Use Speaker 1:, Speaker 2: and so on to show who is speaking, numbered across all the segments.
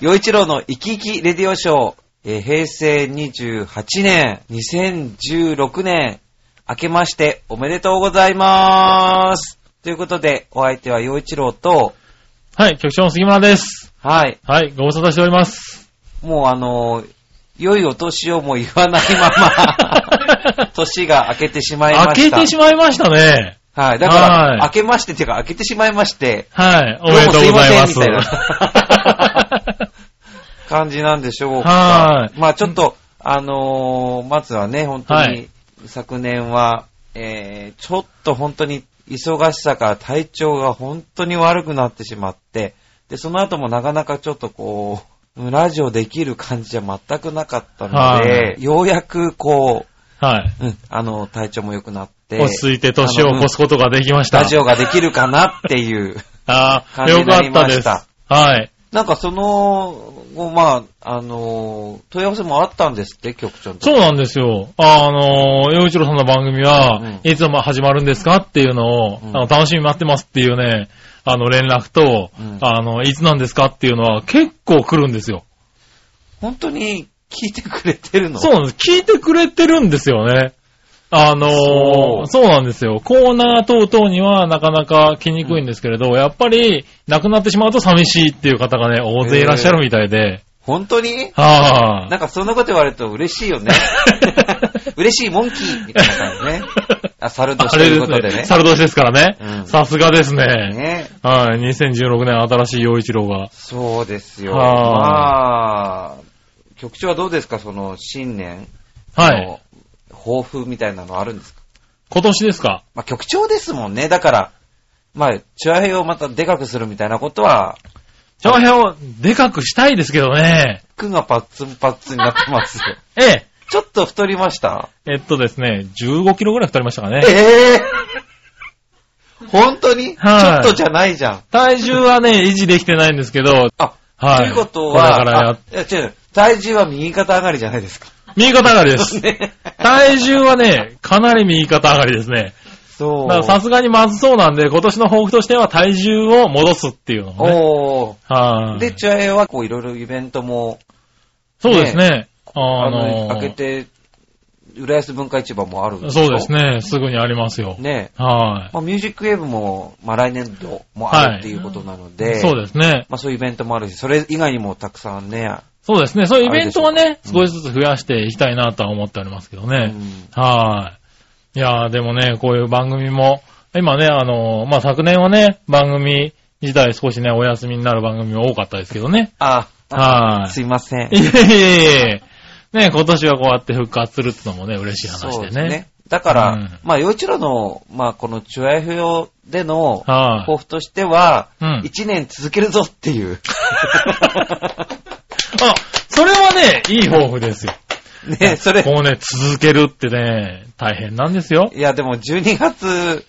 Speaker 1: 洋一郎の生き生きレディオショー、えー平成28年、2016年、明けましておめでとうございます。ということで、お相手は洋一郎と、
Speaker 2: はい、局長の杉村です。
Speaker 1: はい、
Speaker 2: はい、ご無沙汰しております。、
Speaker 1: もうあのー良いお年をも言わないまま 年が明けてしまいま
Speaker 2: 開
Speaker 1: し
Speaker 2: け
Speaker 1: た。
Speaker 2: てしまいましたね。
Speaker 1: はい。だから、
Speaker 2: はい
Speaker 1: 明けまして、ていうか、明けてしまいまして、
Speaker 2: はい、おめでとうございます。
Speaker 1: どうもすいませんみたいな感じなんでしょうか。
Speaker 2: はい
Speaker 1: まあちょっと、あのーまずはね、本当に、
Speaker 2: はい
Speaker 1: 昨年は、えー、ちょっと本当に忙しさから体調が本当に悪くなってしまって、で、その後もなかなかちょっとこう、ラジオできる感じじゃ全くなかったので、
Speaker 2: はい
Speaker 1: ようやくこ
Speaker 2: はい。
Speaker 1: う、うん、あの、体調も良くなって、
Speaker 2: 落ち着いて年を越すことができました。
Speaker 1: ラジオができるかなっていう。
Speaker 2: ああ、
Speaker 1: 感じ
Speaker 2: よ
Speaker 1: にな
Speaker 2: か
Speaker 1: り
Speaker 2: った
Speaker 1: ま
Speaker 2: で
Speaker 1: し
Speaker 2: す。
Speaker 1: た
Speaker 2: はい。
Speaker 1: なんかその、ごまあ、あのー、問い合わせもあったんですって、局長のとこ
Speaker 2: そうなんですよ。あの、洋一郎さんの番組は、
Speaker 1: うん
Speaker 2: いつも始まるんですかっていうのを、
Speaker 1: うん
Speaker 2: あの楽しみに待ってますっていうね、あの連絡と、
Speaker 1: うん
Speaker 2: あの、いつなんですかっていうのは結構来るんですよ。
Speaker 1: 本当に聞いてくれてるの
Speaker 2: そうなんです。聞いてくれてるんですよね。あのー
Speaker 1: そ
Speaker 2: そううなんですよ。コーナー等々にはなかなか来にくいんですけれど、やっぱり、亡くなってしまうと寂しいっていう方がね、大勢いらっしゃるみたいで。
Speaker 1: 本当に
Speaker 2: は
Speaker 1: なんかそんなこと言われると嬉しい よね。嬉しいモンキーみたいな感じ ね。あ、猿
Speaker 2: あ。
Speaker 1: 年
Speaker 2: あ
Speaker 1: と
Speaker 2: れ
Speaker 1: いう
Speaker 2: で
Speaker 1: こ
Speaker 2: す
Speaker 1: とで
Speaker 2: ね。
Speaker 1: ね。
Speaker 2: 猿年ですから
Speaker 1: うん
Speaker 2: ね。さすがですね。
Speaker 1: ね
Speaker 2: はい。2016年新しい洋一郎が。
Speaker 1: そうですよ。ま
Speaker 2: は
Speaker 1: あ、局長はどうですかその新年
Speaker 2: はい。
Speaker 1: の抱負みたいなのあるんですか、
Speaker 2: 今年ですか
Speaker 1: まあ局長ですもんね。だから、まあ、チュアヘイをまたでかくするみたいなことは、
Speaker 2: 長編をでかくしたいですけどね。
Speaker 1: くがパッツンパッツンになって ますよ。
Speaker 2: ええ。
Speaker 1: ちょっと太りました
Speaker 2: えっとですね、15キロぐらい太りましたかね。
Speaker 1: ええ本当に、
Speaker 2: はい
Speaker 1: ちょっとじゃないじゃん。
Speaker 2: 体重はね、維持できてないんですけど、
Speaker 1: あ、
Speaker 2: は
Speaker 1: と
Speaker 2: い。
Speaker 1: いうことは、
Speaker 2: これからやっ、
Speaker 1: あいや違う、体重は右肩上がりじゃないですか。
Speaker 2: 右肩上がりです。体重はね、かなり右肩上がりですね。
Speaker 1: そ
Speaker 2: だ
Speaker 1: う。
Speaker 2: からさすがにまずそうなんで、今年の抱負としては体重を戻すっていうのをね。
Speaker 1: おー
Speaker 2: はい。
Speaker 1: で、チュアヘイはこういろいろイベントも、
Speaker 2: そうですね。あ
Speaker 1: あ
Speaker 2: の
Speaker 1: の、開けて、浦安文化市場もあるんしょ
Speaker 2: そうです。ね。すぐにありますよ。
Speaker 1: ね
Speaker 2: は
Speaker 1: まあ、ミュージックウェーブも、まあ、来年度もあるっていうことなので、
Speaker 2: い。そうですね。
Speaker 1: まあ、そういうイベントもあるし、それ以外にもたくさんね、
Speaker 2: そうですね。そういうイベントは
Speaker 1: あれ
Speaker 2: ね、
Speaker 1: でしょう
Speaker 2: 少しずつ増やしていきたいなとは思っておりますけど
Speaker 1: う
Speaker 2: ね。
Speaker 1: ん
Speaker 2: はい。いやー、でもね、こういう番組も、今ね、あのーまあ、昨年はね、番組自体少しね、お休みになる番組も多かったですけど ね。
Speaker 1: あ、
Speaker 2: はい
Speaker 1: すいません
Speaker 2: い。えいえいえ。ね、今年はこうやって復活するってのもね、嬉しい話
Speaker 1: そう
Speaker 2: で
Speaker 1: で
Speaker 2: ね。
Speaker 1: すね。だから、
Speaker 2: うん
Speaker 1: まあ、洋一郎の、まあ、このチュアヘヨでの
Speaker 2: はい、
Speaker 1: 抱負としては、
Speaker 2: うん
Speaker 1: 一年続けるぞって いう。
Speaker 2: あ、それはね、いい抱負ですよ。
Speaker 1: ね、それ、
Speaker 2: こうね、続けるってね、大変なんですよ。
Speaker 1: いや、でも12月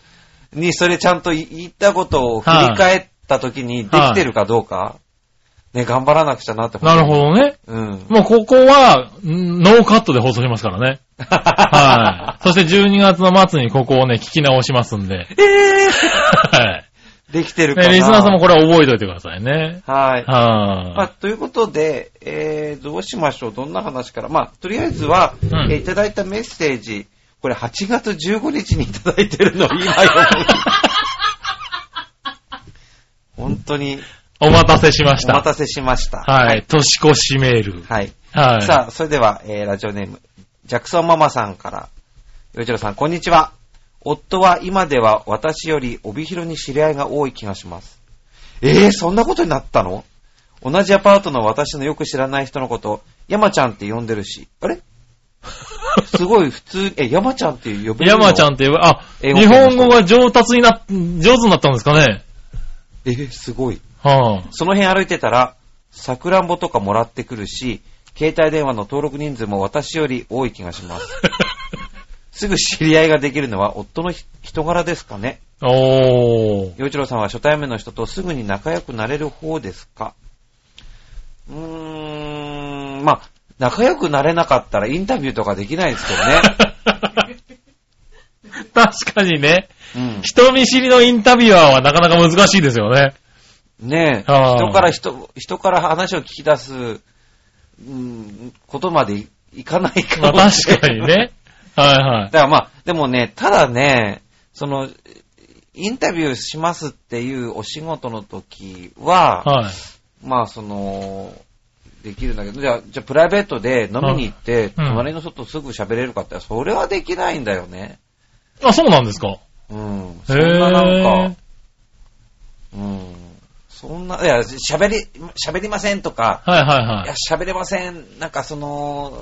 Speaker 1: にそれちゃんと言ったことを振り返った時にできてるかどうか、ね、頑張らなくちゃなって。
Speaker 2: なるほどね。
Speaker 1: ど。うん。
Speaker 2: もうここは、んノーカットで放送しますからね。はい。そして12月の末にここをね、聞き直しますんで。
Speaker 1: い。 え
Speaker 2: はい。
Speaker 1: ー、できてるかな、
Speaker 2: ね、リスナーさんもこれは覚えておいてくださいね。
Speaker 1: はい。まあ、
Speaker 2: は
Speaker 1: ということで、えー、どうしましょうどんな話からまあ、とりあえずは、
Speaker 2: ん
Speaker 1: えーいただいたメッセージ、これ8月15日にいただいてるの、今読む。本当に、
Speaker 2: い。お待たせしまし
Speaker 1: お待た
Speaker 2: た。
Speaker 1: せしました。
Speaker 2: はい。。年越しメール。
Speaker 1: はい。
Speaker 2: はい。
Speaker 1: さあ、それでは、えー、ラジオネーム、ジャクソンママさんから、よいちろさん、こんにちは。夫は今では私より帯広に知り合いが多い気がします。えー、そんなことになったの同じアパートの私のよく知らない人のこと、山ちゃんって呼んでるし、あれすごい普通、え、山ちゃんって呼ぶ
Speaker 2: 山ちゃんって言えば、あ、
Speaker 1: 英語
Speaker 2: 日本語が上達にな、上手になったんですかね。
Speaker 1: えー、すごい。
Speaker 2: はあ、
Speaker 1: その辺歩いてたら、さくらんぼとかもらってくるし、携帯電話の登録人数も私より多い気がします。すぐ知り合いができるのは夫のひ人柄ですかね。
Speaker 2: おー。
Speaker 1: 洋一郎さんは初対面の人とすぐに仲良くなれる方ですかうーん、まあ、仲良くなれなかったらインタビューとかできないですけ どね。
Speaker 2: 確かにね、
Speaker 1: うん。
Speaker 2: 人見知りのインタビュアーはなかなか難しいですよね。
Speaker 1: ねえ、
Speaker 2: あー
Speaker 1: 人から人、人から話を聞き出す、うん、ことまでいいかないか
Speaker 2: ま
Speaker 1: も
Speaker 2: あ確かに。ね。はいは
Speaker 1: だ。
Speaker 2: い
Speaker 1: からまあ、でもね、ただね、その、インタビューしますっていうお仕事の時は、
Speaker 2: はい。
Speaker 1: まあ、その、できるんだけど、じゃあ、じゃあプライベートで飲みに行って、
Speaker 2: うん
Speaker 1: 隣の人とすぐ喋れるかって、それはできないんだよね。
Speaker 2: あ、そうなんですか。
Speaker 1: うん。
Speaker 2: へ
Speaker 1: そんななん
Speaker 2: ぇ
Speaker 1: か、うん。そんな、いや、喋り、喋りませんとか、
Speaker 2: はいはい
Speaker 1: い
Speaker 2: は
Speaker 1: や、喋れません。なんかその、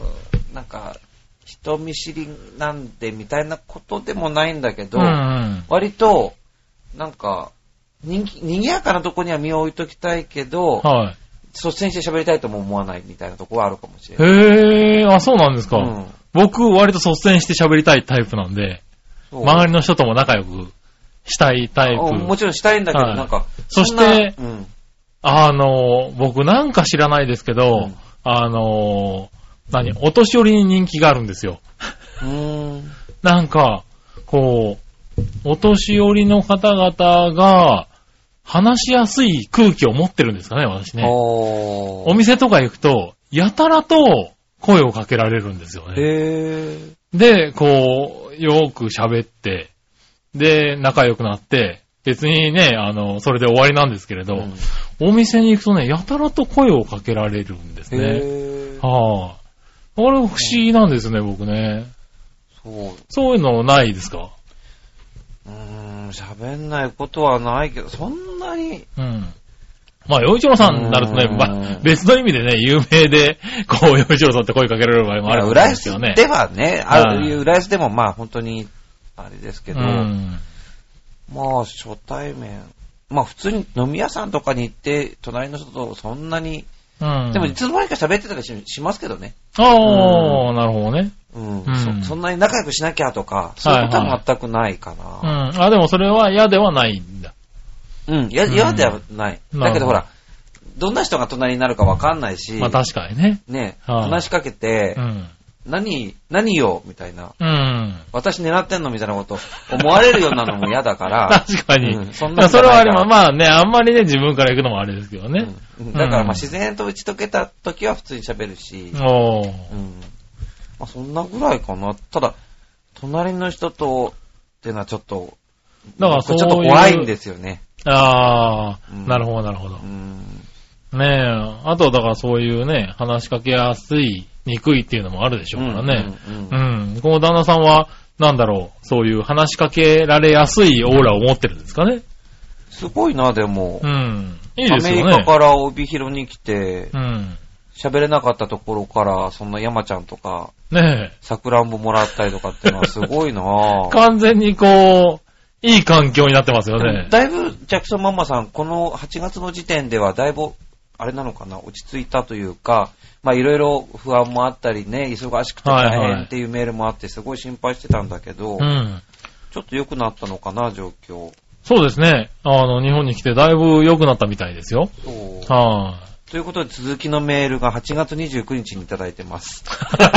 Speaker 1: なんか、人見知りなんでみたいなことでもないんだけ
Speaker 2: い。う
Speaker 1: ど、
Speaker 2: んうん。
Speaker 1: 割と、なんか、人気、賑やかなとこには身を置いときたいけど、
Speaker 2: はい。
Speaker 1: 率先して喋りたいとも思わないみたいなとこはあるかもしれない。
Speaker 2: へぇー、あ、そうなんですか。
Speaker 1: うん
Speaker 2: 僕、割と率先して喋りたいタイプなんで、
Speaker 1: そう
Speaker 2: 周りの人とも仲良くしたいタイ
Speaker 1: うんも
Speaker 2: プ。
Speaker 1: ちろんしたいんだけど、
Speaker 2: はい
Speaker 1: なんか、
Speaker 2: そ
Speaker 1: んな
Speaker 2: して
Speaker 1: うん、
Speaker 2: あの、僕なんか知らないですけ
Speaker 1: う
Speaker 2: ど
Speaker 1: ん、
Speaker 2: あの、何、お年寄りに人気があるんですよ。
Speaker 1: うーん、
Speaker 2: なんか、こう、お年寄りの方々が、話しやすい空気を持ってるんですかね、私ね。
Speaker 1: お
Speaker 2: お
Speaker 1: ー。
Speaker 2: 店とか行くと、やたらと声をかけられるんですよね。
Speaker 1: へー。
Speaker 2: で、こう、よく喋って、で、仲良くなって、別にね、あの、それで終わりなんですけれど、
Speaker 1: うん
Speaker 2: お店に行くとね、やたらと声をかけられるんですね。
Speaker 1: へー。
Speaker 2: はあ。あれ不思議なんですね、僕ね。
Speaker 1: そう。
Speaker 2: そういうのないですか
Speaker 1: うーん、喋んないことはないけど、そんなに、
Speaker 2: うん。まあ、洋一郎さんになるとね、
Speaker 1: うん
Speaker 2: まあ、別の意味でね、有名で、こう、洋一郎さんって声かけられる場合もあると思うん
Speaker 1: 浦
Speaker 2: ですけど
Speaker 1: 安
Speaker 2: ね。
Speaker 1: ではね、あ
Speaker 2: はい
Speaker 1: る、浦安でもまあ本当に、あれですけど、
Speaker 2: うん。
Speaker 1: まあ初対面、まあ普通に飲み屋さんとかに行って、隣の人とそんなに、
Speaker 2: うん。
Speaker 1: でもいつの間にか喋ってたりししますけどね。
Speaker 2: ああ、なるほどね。
Speaker 1: うん、
Speaker 2: うん
Speaker 1: そ。そんなに仲良くしなきゃとか、そういうこと
Speaker 2: はいは
Speaker 1: はい全くないかな。
Speaker 2: うん。あ、でもそれは嫌ではないんだ。
Speaker 1: うん、や、嫌ではない。
Speaker 2: うん
Speaker 1: だけどほ
Speaker 2: なる
Speaker 1: ら、どんな人が隣になるかわかんないし、
Speaker 2: まあ確かにね。
Speaker 1: ね、
Speaker 2: はい
Speaker 1: 話しかけて、
Speaker 2: うん。
Speaker 1: 何、何よ、みたいな。
Speaker 2: うん。
Speaker 1: 私狙ってんのみたいなこと思われるようなのも嫌だから、
Speaker 2: 確かに。
Speaker 1: う
Speaker 2: うんん、
Speaker 1: そ
Speaker 2: そ
Speaker 1: んなこと
Speaker 2: れはあり
Speaker 1: ない
Speaker 2: ま
Speaker 1: か
Speaker 2: す。まあね、あんまりね、自分から行くのもあれですけど ね。
Speaker 1: うんだから
Speaker 2: うん
Speaker 1: まあ自然と打ち解けた時は普通に喋るし、
Speaker 2: おー。
Speaker 1: うんまあ、そんなぐらいかな。ただ、隣の人とっていうのはちょっと、
Speaker 2: だから
Speaker 1: 僕ち
Speaker 2: そ
Speaker 1: ょ
Speaker 2: う
Speaker 1: っ
Speaker 2: いう
Speaker 1: と怖いんですよね。
Speaker 2: ああ、
Speaker 1: うん
Speaker 2: なるほど、なるほど。
Speaker 1: うん
Speaker 2: ねえ、あとだからそういうね、話しかけやすい、にくいっていうのもあるでしょうからね。
Speaker 1: うんうんう
Speaker 2: うんん。この旦那さんは、なんだろう、そういう話しかけられやすいオーラを持ってるんですかね。
Speaker 1: すごいな、でも
Speaker 2: う。ん。いいで
Speaker 1: ア
Speaker 2: す
Speaker 1: メ
Speaker 2: よ
Speaker 1: リ
Speaker 2: ね。
Speaker 1: カから帯広に来て、
Speaker 2: うん。
Speaker 1: 喋れなかったところから、そんな山ちゃんとか、
Speaker 2: ねえ。
Speaker 1: さくらんぼもらったりとかってのはすごい な
Speaker 2: 完全にこう、いい環境になってますよね。
Speaker 1: だいぶ、ジャクソンママさん、この8月の時点では、だいぶ、あれなのかな、落ち着いたというか、まあ、いろいろ不安もあったりね、忙しくて大
Speaker 2: はいは
Speaker 1: 変
Speaker 2: い
Speaker 1: っていうメールもあって、すごい心配してたんだけど、
Speaker 2: うん。
Speaker 1: ちょっと良くなったのかな、状況。
Speaker 2: そうですね。あの、日本に来てだいぶ良くなったみたいですよ。
Speaker 1: そう
Speaker 2: は
Speaker 1: ということで、続きのメールが8月29日にいただいてます。
Speaker 2: い。
Speaker 1: は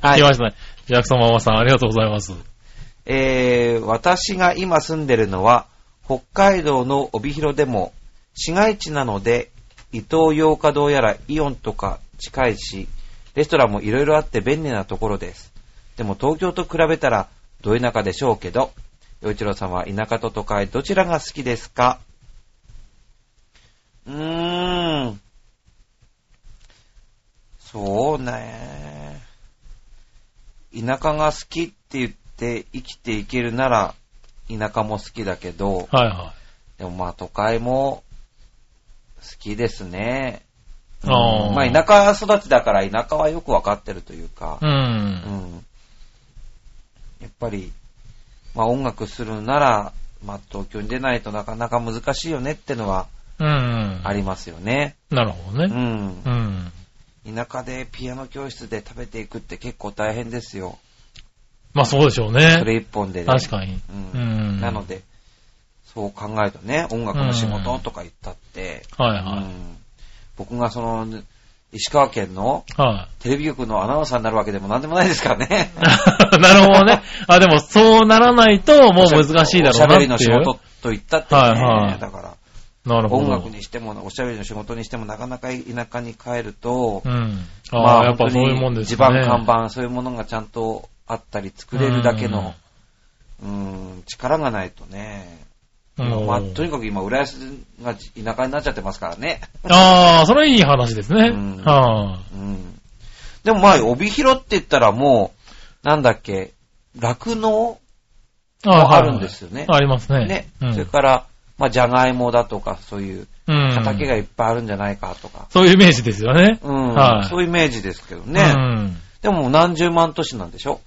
Speaker 2: はい。来
Speaker 1: い。
Speaker 2: ましたね。ジャクソンママさん、ありがとうございます。
Speaker 1: えー、私が今住んでるのは、北海道の帯広でも、市街地なので、伊東洋華堂やらイオンとか近いし、レストランもいろいろあって便利なところです。でも東京と比べたら、ど田舎でしょうけど、洋一郎さんは田舎と都会どちらが好きですかうーん。そうね。田舎が好きって言って生きていけるなら、田舎も好きだけど、
Speaker 2: はいは
Speaker 1: でもまあ都会も好きですね。
Speaker 2: い。ああ。
Speaker 1: まあ田舎育ちだから田舎はよくわかってるというか、
Speaker 2: う。
Speaker 1: うんんやっぱり、まあ音楽するなら、まあ東京に出ないとなかなか難しいよねってのは
Speaker 2: うん。
Speaker 1: ありますよね。
Speaker 2: なるほど
Speaker 1: う
Speaker 2: ね。
Speaker 1: ん
Speaker 2: う。ん。
Speaker 1: 田舎でピアノ教室で食べていくって結構大変ですよ。
Speaker 2: まあそうでしょ
Speaker 1: そ
Speaker 2: うね。
Speaker 1: れ一本でね。
Speaker 2: 確かに。
Speaker 1: う
Speaker 2: うんん。
Speaker 1: なの。で、そう考えるとね、音楽の仕事とか言ったって、
Speaker 2: はいうは
Speaker 1: ん僕がその、石川県の
Speaker 2: い。 は
Speaker 1: テレビ局のアナウンサーになるわけでも何でもないですからね。
Speaker 2: い。なるほどね。あ、でも そうならないともう難しいだろうなっていう。
Speaker 1: おしゃべりの仕事と言ったってね、
Speaker 2: はいはい
Speaker 1: だから、
Speaker 2: なるほど。
Speaker 1: 音楽にしても、おしゃべりの仕事にしても、なかなか田舎に帰ると
Speaker 2: う、ん。ああ、
Speaker 1: まあ
Speaker 2: やっぱそういうもんですね。
Speaker 1: 本当に地盤、看板、そういうものがちゃんとあったり、作れるだけの、うん、力がないとね。
Speaker 2: うん。
Speaker 1: まあ、とにかく今、浦安が田舎になっちゃってますからね。
Speaker 2: ああ、それはいい話ですね。
Speaker 1: うん
Speaker 2: はあ
Speaker 1: うん。でもまあ、帯広って言ったらもう、なんだっけ、酪農
Speaker 2: あ
Speaker 1: あるんですよね
Speaker 2: はいはいありますね。
Speaker 1: ね、
Speaker 2: うん
Speaker 1: それから、まあ、じゃがいもだとか、そういう、
Speaker 2: うん
Speaker 1: 畑がいっぱいあるんじゃないかとか。
Speaker 2: そういうイメージですよね。
Speaker 1: うん、
Speaker 2: はい
Speaker 1: そういうイメージですけど
Speaker 2: う
Speaker 1: ね。
Speaker 2: ん
Speaker 1: でももう何十万都市なんでしょ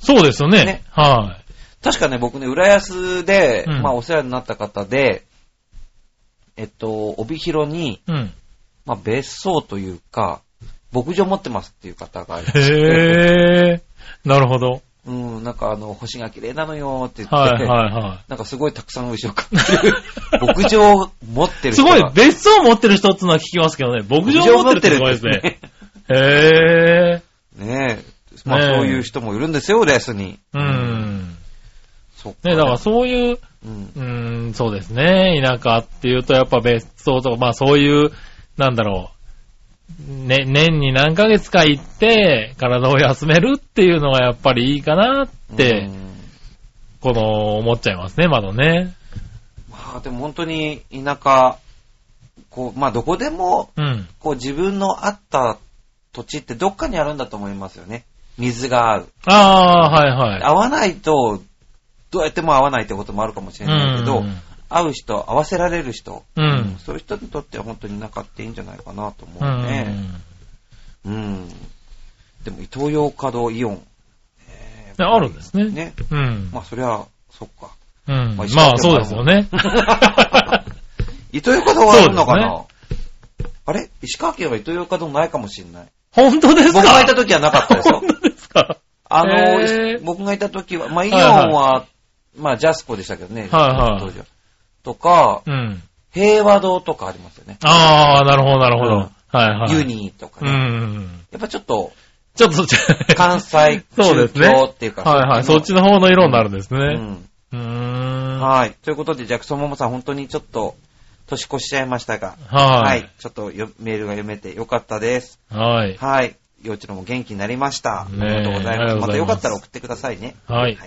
Speaker 2: そうですよ
Speaker 1: ね
Speaker 2: ね。は
Speaker 1: 確かね、僕ね、浦安で、
Speaker 2: うん
Speaker 1: まあ、お世話になった方で、えっと、帯広に、
Speaker 2: い。うん。
Speaker 1: まあ、別荘というか、牧場持ってますっていう方がいらっ しゃって、
Speaker 2: へえ。なるほど。
Speaker 1: うん、なんかあの、星が綺麗なのよって言って、
Speaker 2: はいはいは
Speaker 1: なんかすごいたくさん牛を飼ってる。牧場を持って
Speaker 2: い。
Speaker 1: る
Speaker 2: す
Speaker 1: 人が
Speaker 2: ごい、別荘持ってる人っていうのは聞きますけどね、牧場持ってるってすごいですね。。へえ。
Speaker 1: ねえ。まあ
Speaker 2: ねえ
Speaker 1: そういう人もいるんですよ、浦安に。
Speaker 2: うん。
Speaker 1: そっか。
Speaker 2: ね、だからそういう、
Speaker 1: うん
Speaker 2: うーん、そうですね。田舎っていうと、やっぱ別荘とか、まあそういう、なんだろう。ね、年に何ヶ月か行って、体を休めるっていうのがやっぱりいいかなって、
Speaker 1: うん
Speaker 2: この、思っちゃいますね、まだね。
Speaker 1: まあでも本当に田舎、こう、まあどこでも、
Speaker 2: うん。
Speaker 1: こう自分のあった土地ってどっかにあるんだと思いますよね。水が合う。
Speaker 2: ああ、はいはい。
Speaker 1: 合わないと、どうやっても合わないってこともあるかもしれないけど、
Speaker 2: うん
Speaker 1: 合う人、合わせられる人、
Speaker 2: うん
Speaker 1: そういう人にとっては本当に田舎っていいんじゃないかなと思う
Speaker 2: うん
Speaker 1: ね。うん。でも、東洋華堂イオン。ね
Speaker 2: ねあるんですね
Speaker 1: ね。
Speaker 2: うん。
Speaker 1: まあ、そりゃ、そっか。
Speaker 2: うん
Speaker 1: まあ
Speaker 2: まあそうです よね。
Speaker 1: 糸魚華堂はあるのかな、
Speaker 2: そ
Speaker 1: あれ石川県は糸魚華堂ないかもしれない。
Speaker 2: 本当ですか
Speaker 1: 僕がいた時はなかった ですよ
Speaker 2: 本。当ですか
Speaker 1: あの、
Speaker 2: へー
Speaker 1: 僕がいた時は、まあ、イオン
Speaker 2: はい
Speaker 1: は、
Speaker 2: はい
Speaker 1: まあ、ジャスコでしたけどね。
Speaker 2: はいはい
Speaker 1: 当時は。とか、
Speaker 2: うん。
Speaker 1: 平和堂とかありますよね。
Speaker 2: ああ、なるほど、なるほど。はいはい。
Speaker 1: ユニーとか
Speaker 2: う
Speaker 1: ね。
Speaker 2: ん。
Speaker 1: やっぱちょっと、
Speaker 2: ちょっとそっち、
Speaker 1: 関西
Speaker 2: そうですね
Speaker 1: 中京っていうか、
Speaker 2: はいはい。そっちの方の色になるんです
Speaker 1: う
Speaker 2: ね。
Speaker 1: ん。
Speaker 2: うーん。は
Speaker 1: はい。ということで、ジャクソンモモさん、本当にちょっと、年越しちゃいましたが、はい
Speaker 2: い。。
Speaker 1: ちょっとよメールが読めてよかったです。
Speaker 2: はい。
Speaker 1: はい。幼稚のも元気になりました。
Speaker 2: ねえ
Speaker 1: ありがとうござい
Speaker 2: あり
Speaker 1: ま
Speaker 2: がと
Speaker 1: す。
Speaker 2: うご
Speaker 1: また
Speaker 2: ざいます
Speaker 1: よかったら送ってくださいね。
Speaker 2: はい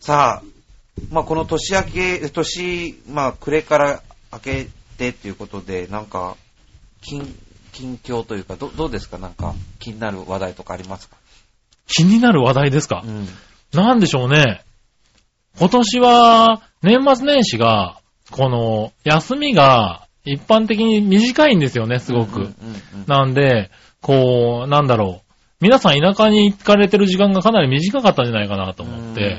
Speaker 1: さあ、まあ、この年明け、年、まあ、暮れから明けてということで、なんか、近、近況というか、ど、どうですかなんか、気になる話題とかありますか
Speaker 2: 気になる話題ですか
Speaker 1: うん。
Speaker 2: なんでしょうね。今年は、年末年始が、この、休みが、一般的に短いんですよね、すご
Speaker 1: うん
Speaker 2: く。
Speaker 1: うん
Speaker 2: なんで、こう、なんだろう。皆さん田舎に行かれてる時間がかなり短かったんじゃないかなと思って。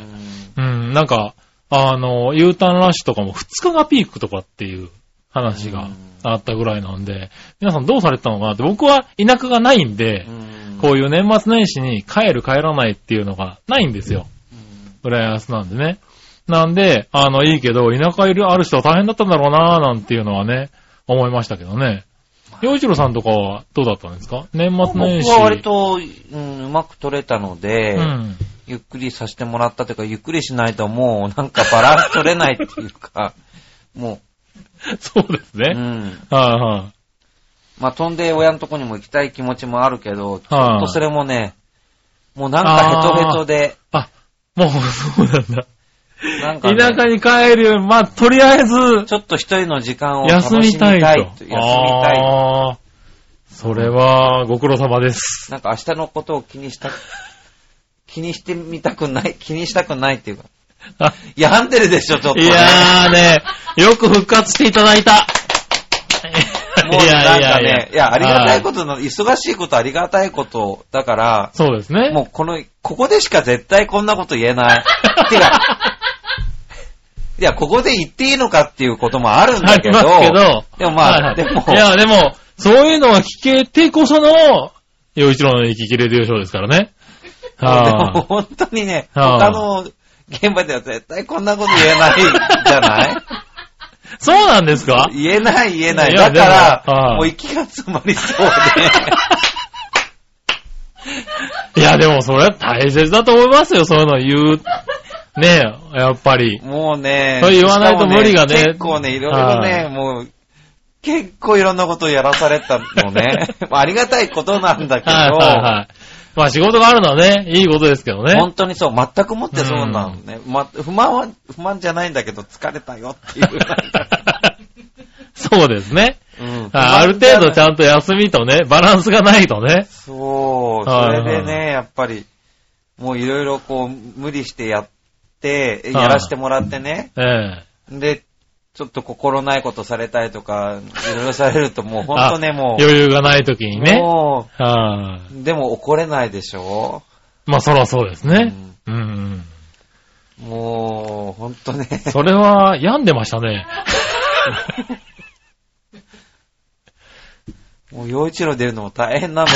Speaker 2: うん、なんか、あの、U ターンラッシュとかも2日がピークとかっていう話
Speaker 1: う
Speaker 2: が
Speaker 1: ん
Speaker 2: あったぐらいなんで、皆さんどうされてたのかなって、僕は田舎がないんで
Speaker 1: う、ん。
Speaker 2: こういう年末年始に帰る帰らないっていうのがないんですよ。
Speaker 1: うん。
Speaker 2: 浦安なんでね。なんで、あの、いいけど、田舎いるある人は大変だったんだろうなーなんていうのはね、思いましたけどね。洋一郎さんとかはどうだったんですか年末年
Speaker 1: 僕
Speaker 2: 始。
Speaker 1: は割と、うん、うまく取れたので、
Speaker 2: うん。
Speaker 1: ゆっくりさせてもらったというか、ゆっくりしないともうなんかバランス取れないっていうか、 も
Speaker 2: そうです
Speaker 1: う、う
Speaker 2: ね。
Speaker 1: ん。
Speaker 2: はいはい。
Speaker 1: まあ、飛んで親のとこにも行きたい気持ちもあるけど、ちょ
Speaker 2: は
Speaker 1: っ
Speaker 2: い
Speaker 1: とそれもね、もうなんかヘトヘトで、
Speaker 2: あ、もう、そうなんだ。
Speaker 1: なんかね、
Speaker 2: 田舎に帰るより、まあ、とりあえず、
Speaker 1: ちょっと一人の時間を楽し
Speaker 2: 休み
Speaker 1: み
Speaker 2: た
Speaker 1: たい
Speaker 2: い
Speaker 1: と。休
Speaker 2: と。
Speaker 1: みたい。
Speaker 2: あーそれは、ご苦労様です。
Speaker 1: なんか明日のことを気にした、気にしてみたくない、気にしたくないっていうか、
Speaker 2: あ
Speaker 1: 病んでるでしょ、ちょっと、
Speaker 2: い
Speaker 1: ね。
Speaker 2: やーね、よく復活していただいた。
Speaker 1: もうなんかね、いや、ありがたい
Speaker 2: と。
Speaker 1: ことの、忙しいことありがたいこと、だから、
Speaker 2: そうですね。
Speaker 1: もうこの、ここでしか絶対こんなこと言え ない。てか、いや、ここで言っていいのかっていうこともあるんだけど、
Speaker 2: ありますけど
Speaker 1: でもまあ、
Speaker 2: はいはい
Speaker 1: でも、
Speaker 2: いや、でも、そういうのは聞けてこその、洋一郎の生き切れる優勝ですからね。
Speaker 1: でも
Speaker 2: は
Speaker 1: 本当にね、
Speaker 2: は
Speaker 1: 他
Speaker 2: あ
Speaker 1: の現場では絶対こんなこと言えないじゃない
Speaker 2: いそうなんですか
Speaker 1: 言えない言えない。
Speaker 2: いや
Speaker 1: だか
Speaker 2: でもは
Speaker 1: ら、
Speaker 2: い
Speaker 1: もう息が詰まりそうで。
Speaker 2: いや、でもそれは大切だと思いますよ、そういうの言う。 ねえ、やっぱり。
Speaker 1: もうね、
Speaker 2: それ言わないと無理がね
Speaker 1: しかも結構ね、いろいろね、もう、結構いろんなことをやらされたの ね。まあありがたいことなんだけど、
Speaker 2: はいはいはい。まあ仕事があるのはね、いいことですけどね。
Speaker 1: 本当にそう、全くもってそうなのね。ま、不満は、不満じゃないんだけど、疲れたよっていう。
Speaker 2: そうですね。
Speaker 1: うん
Speaker 2: あある程度ちゃんと休みとね、バランスがないとね。
Speaker 1: そう、そ
Speaker 2: は
Speaker 1: れ
Speaker 2: い
Speaker 1: でね、やっぱり、もういろいろこう、無理してやって、や
Speaker 2: はい
Speaker 1: らしてもらってね。
Speaker 2: ええ。
Speaker 1: で、ちょっと心ないことされたりとか、いろいろされるともう本当ね、
Speaker 2: あ
Speaker 1: もう、
Speaker 2: 余裕がない時にね。
Speaker 1: も、
Speaker 2: はいう
Speaker 1: でも怒れないでしょ
Speaker 2: まあそらそうですね。うんうん。
Speaker 1: もう、本当ね。
Speaker 2: それは病んでまし たね。
Speaker 1: もう、洋一郎出るのも大変なの。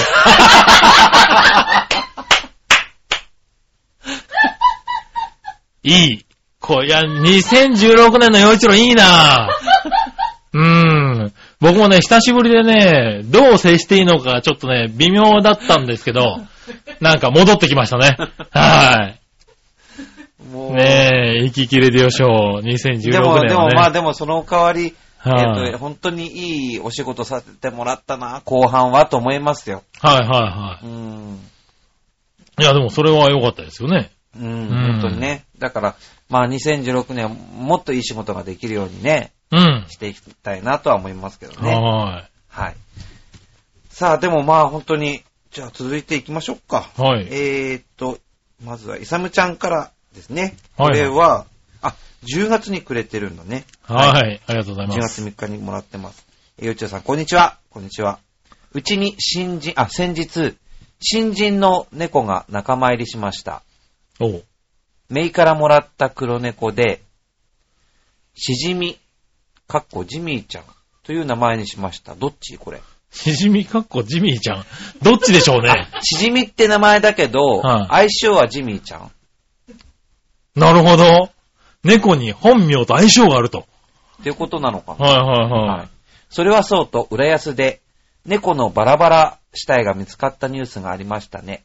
Speaker 2: いい。こいや、2016年の洋一郎いいなうーん。僕もね、久しぶりでね、どう接していいのかちょっとね、微妙だったんですけど、なんか戻ってきましたね。はい。
Speaker 1: もう、
Speaker 2: ねえ、息切れでよしょう、2016年
Speaker 1: でも、
Speaker 2: は、ね。
Speaker 1: でも、まあ、でもその代わり、
Speaker 2: はい
Speaker 1: えっと、本当にいいお仕事させてもらったな、後半はと思いますよ。
Speaker 2: はいはいは
Speaker 1: うん。
Speaker 2: い。いや、でもそれは良かったですよね。
Speaker 1: うん、
Speaker 2: ん
Speaker 1: 本当にね。だから、まあ、2016年はもっといい仕事ができるようにね、
Speaker 2: うん。
Speaker 1: していきたいなとは思いますけどね。
Speaker 2: は
Speaker 1: はい。さあ、でもまあ、本当に、じゃあ続いていきましょうか。
Speaker 2: い。はい。
Speaker 1: えーっと、まずは、イサムちゃんからですね。
Speaker 2: は
Speaker 1: こ
Speaker 2: い
Speaker 1: れは、あ、10月にくれてるんだね。
Speaker 2: はい。ありがとうござい
Speaker 1: 10
Speaker 2: ます。
Speaker 1: 月3日にもらってます。えー、よっちょさん、こんにちは。こんにちは。うちに新人、あ、先日、新人の猫が仲間入りしました。
Speaker 2: おう。
Speaker 1: メイからもらった黒猫で、シジミ、かっこジミーちゃんという名前にしました。どっちこれ。
Speaker 2: しじみかっこジミーちゃん。どっちでしょうね。
Speaker 1: シジミって名前だけど、
Speaker 2: はい
Speaker 1: 相性はジミーちゃん。
Speaker 2: なるほど。猫に本名と相性があると。
Speaker 1: っていうことなのかな。
Speaker 2: はいはい
Speaker 1: は。
Speaker 2: はい
Speaker 1: それはそうと、浦安で、猫のバラバラ死体が見つかったニュースがありましたね。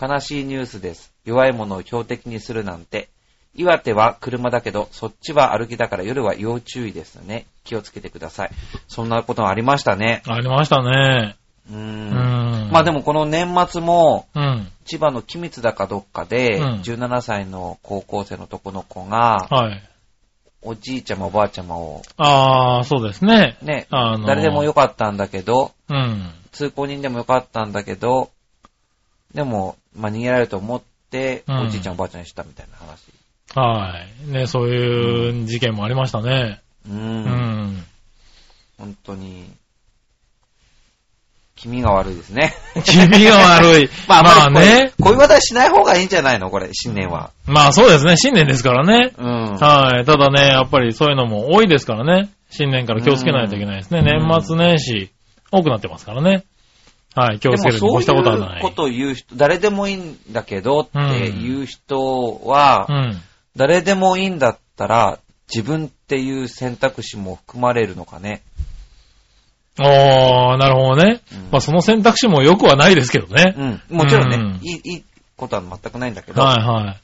Speaker 1: 悲しいニュースです。弱いものを標的にするなんて。岩手は車だけど、そっちは歩きだから夜は要注意ですね。気をつけてください。そんなことがありましたね。
Speaker 2: い。ありましたね。
Speaker 1: うー。
Speaker 2: うんん。
Speaker 1: まあで
Speaker 2: も。
Speaker 1: もこの年末も、
Speaker 2: うん。
Speaker 1: 千葉の君津だかどっかで、
Speaker 2: うん
Speaker 1: 17歳の高校生の男の子が、
Speaker 2: はい。
Speaker 1: おじいちゃまおばあちゃまを、
Speaker 2: ああ、そうですね。
Speaker 1: ね、
Speaker 2: あのー
Speaker 1: 誰でもよかったんだけど、
Speaker 2: うん。
Speaker 1: 通行人でもよかったんだけど、でも、まあ、逃げられると思って、
Speaker 2: うん
Speaker 1: おじいちゃんおばあちゃんにしたみたいな話。
Speaker 2: はい。ね、そういう事件もありましたね。
Speaker 1: うん。
Speaker 2: うん。
Speaker 1: 本当に、気味が悪いです ね。。
Speaker 2: 君が悪い
Speaker 1: まあ、まあまりこういう
Speaker 2: ね。
Speaker 1: こういう話しない方がいいんじゃないのこれ、新年は。
Speaker 2: まあそうですね。新年ですからね。
Speaker 1: うん。
Speaker 2: はい。ただね、やっぱりそういうのも多いですからね。新年から気をつけないといけないですね。
Speaker 1: うん
Speaker 2: 年末年始、多くなってますからね。はい。気をつけるに
Speaker 1: でも
Speaker 2: 越したことは
Speaker 1: そうい
Speaker 2: な
Speaker 1: う
Speaker 2: い。
Speaker 1: ことを言う人、誰でもいいんだけどっていう人は、
Speaker 2: うん。
Speaker 1: 誰でもいいんだったら、自分っていう選択肢も含まれるのかね。
Speaker 2: ああ、なるほどね。
Speaker 1: うん
Speaker 2: まあ、その選択肢も良くはないですけどね。
Speaker 1: うん。もちろんね、
Speaker 2: うん
Speaker 1: いい、いいことは全くないんだけど、
Speaker 2: は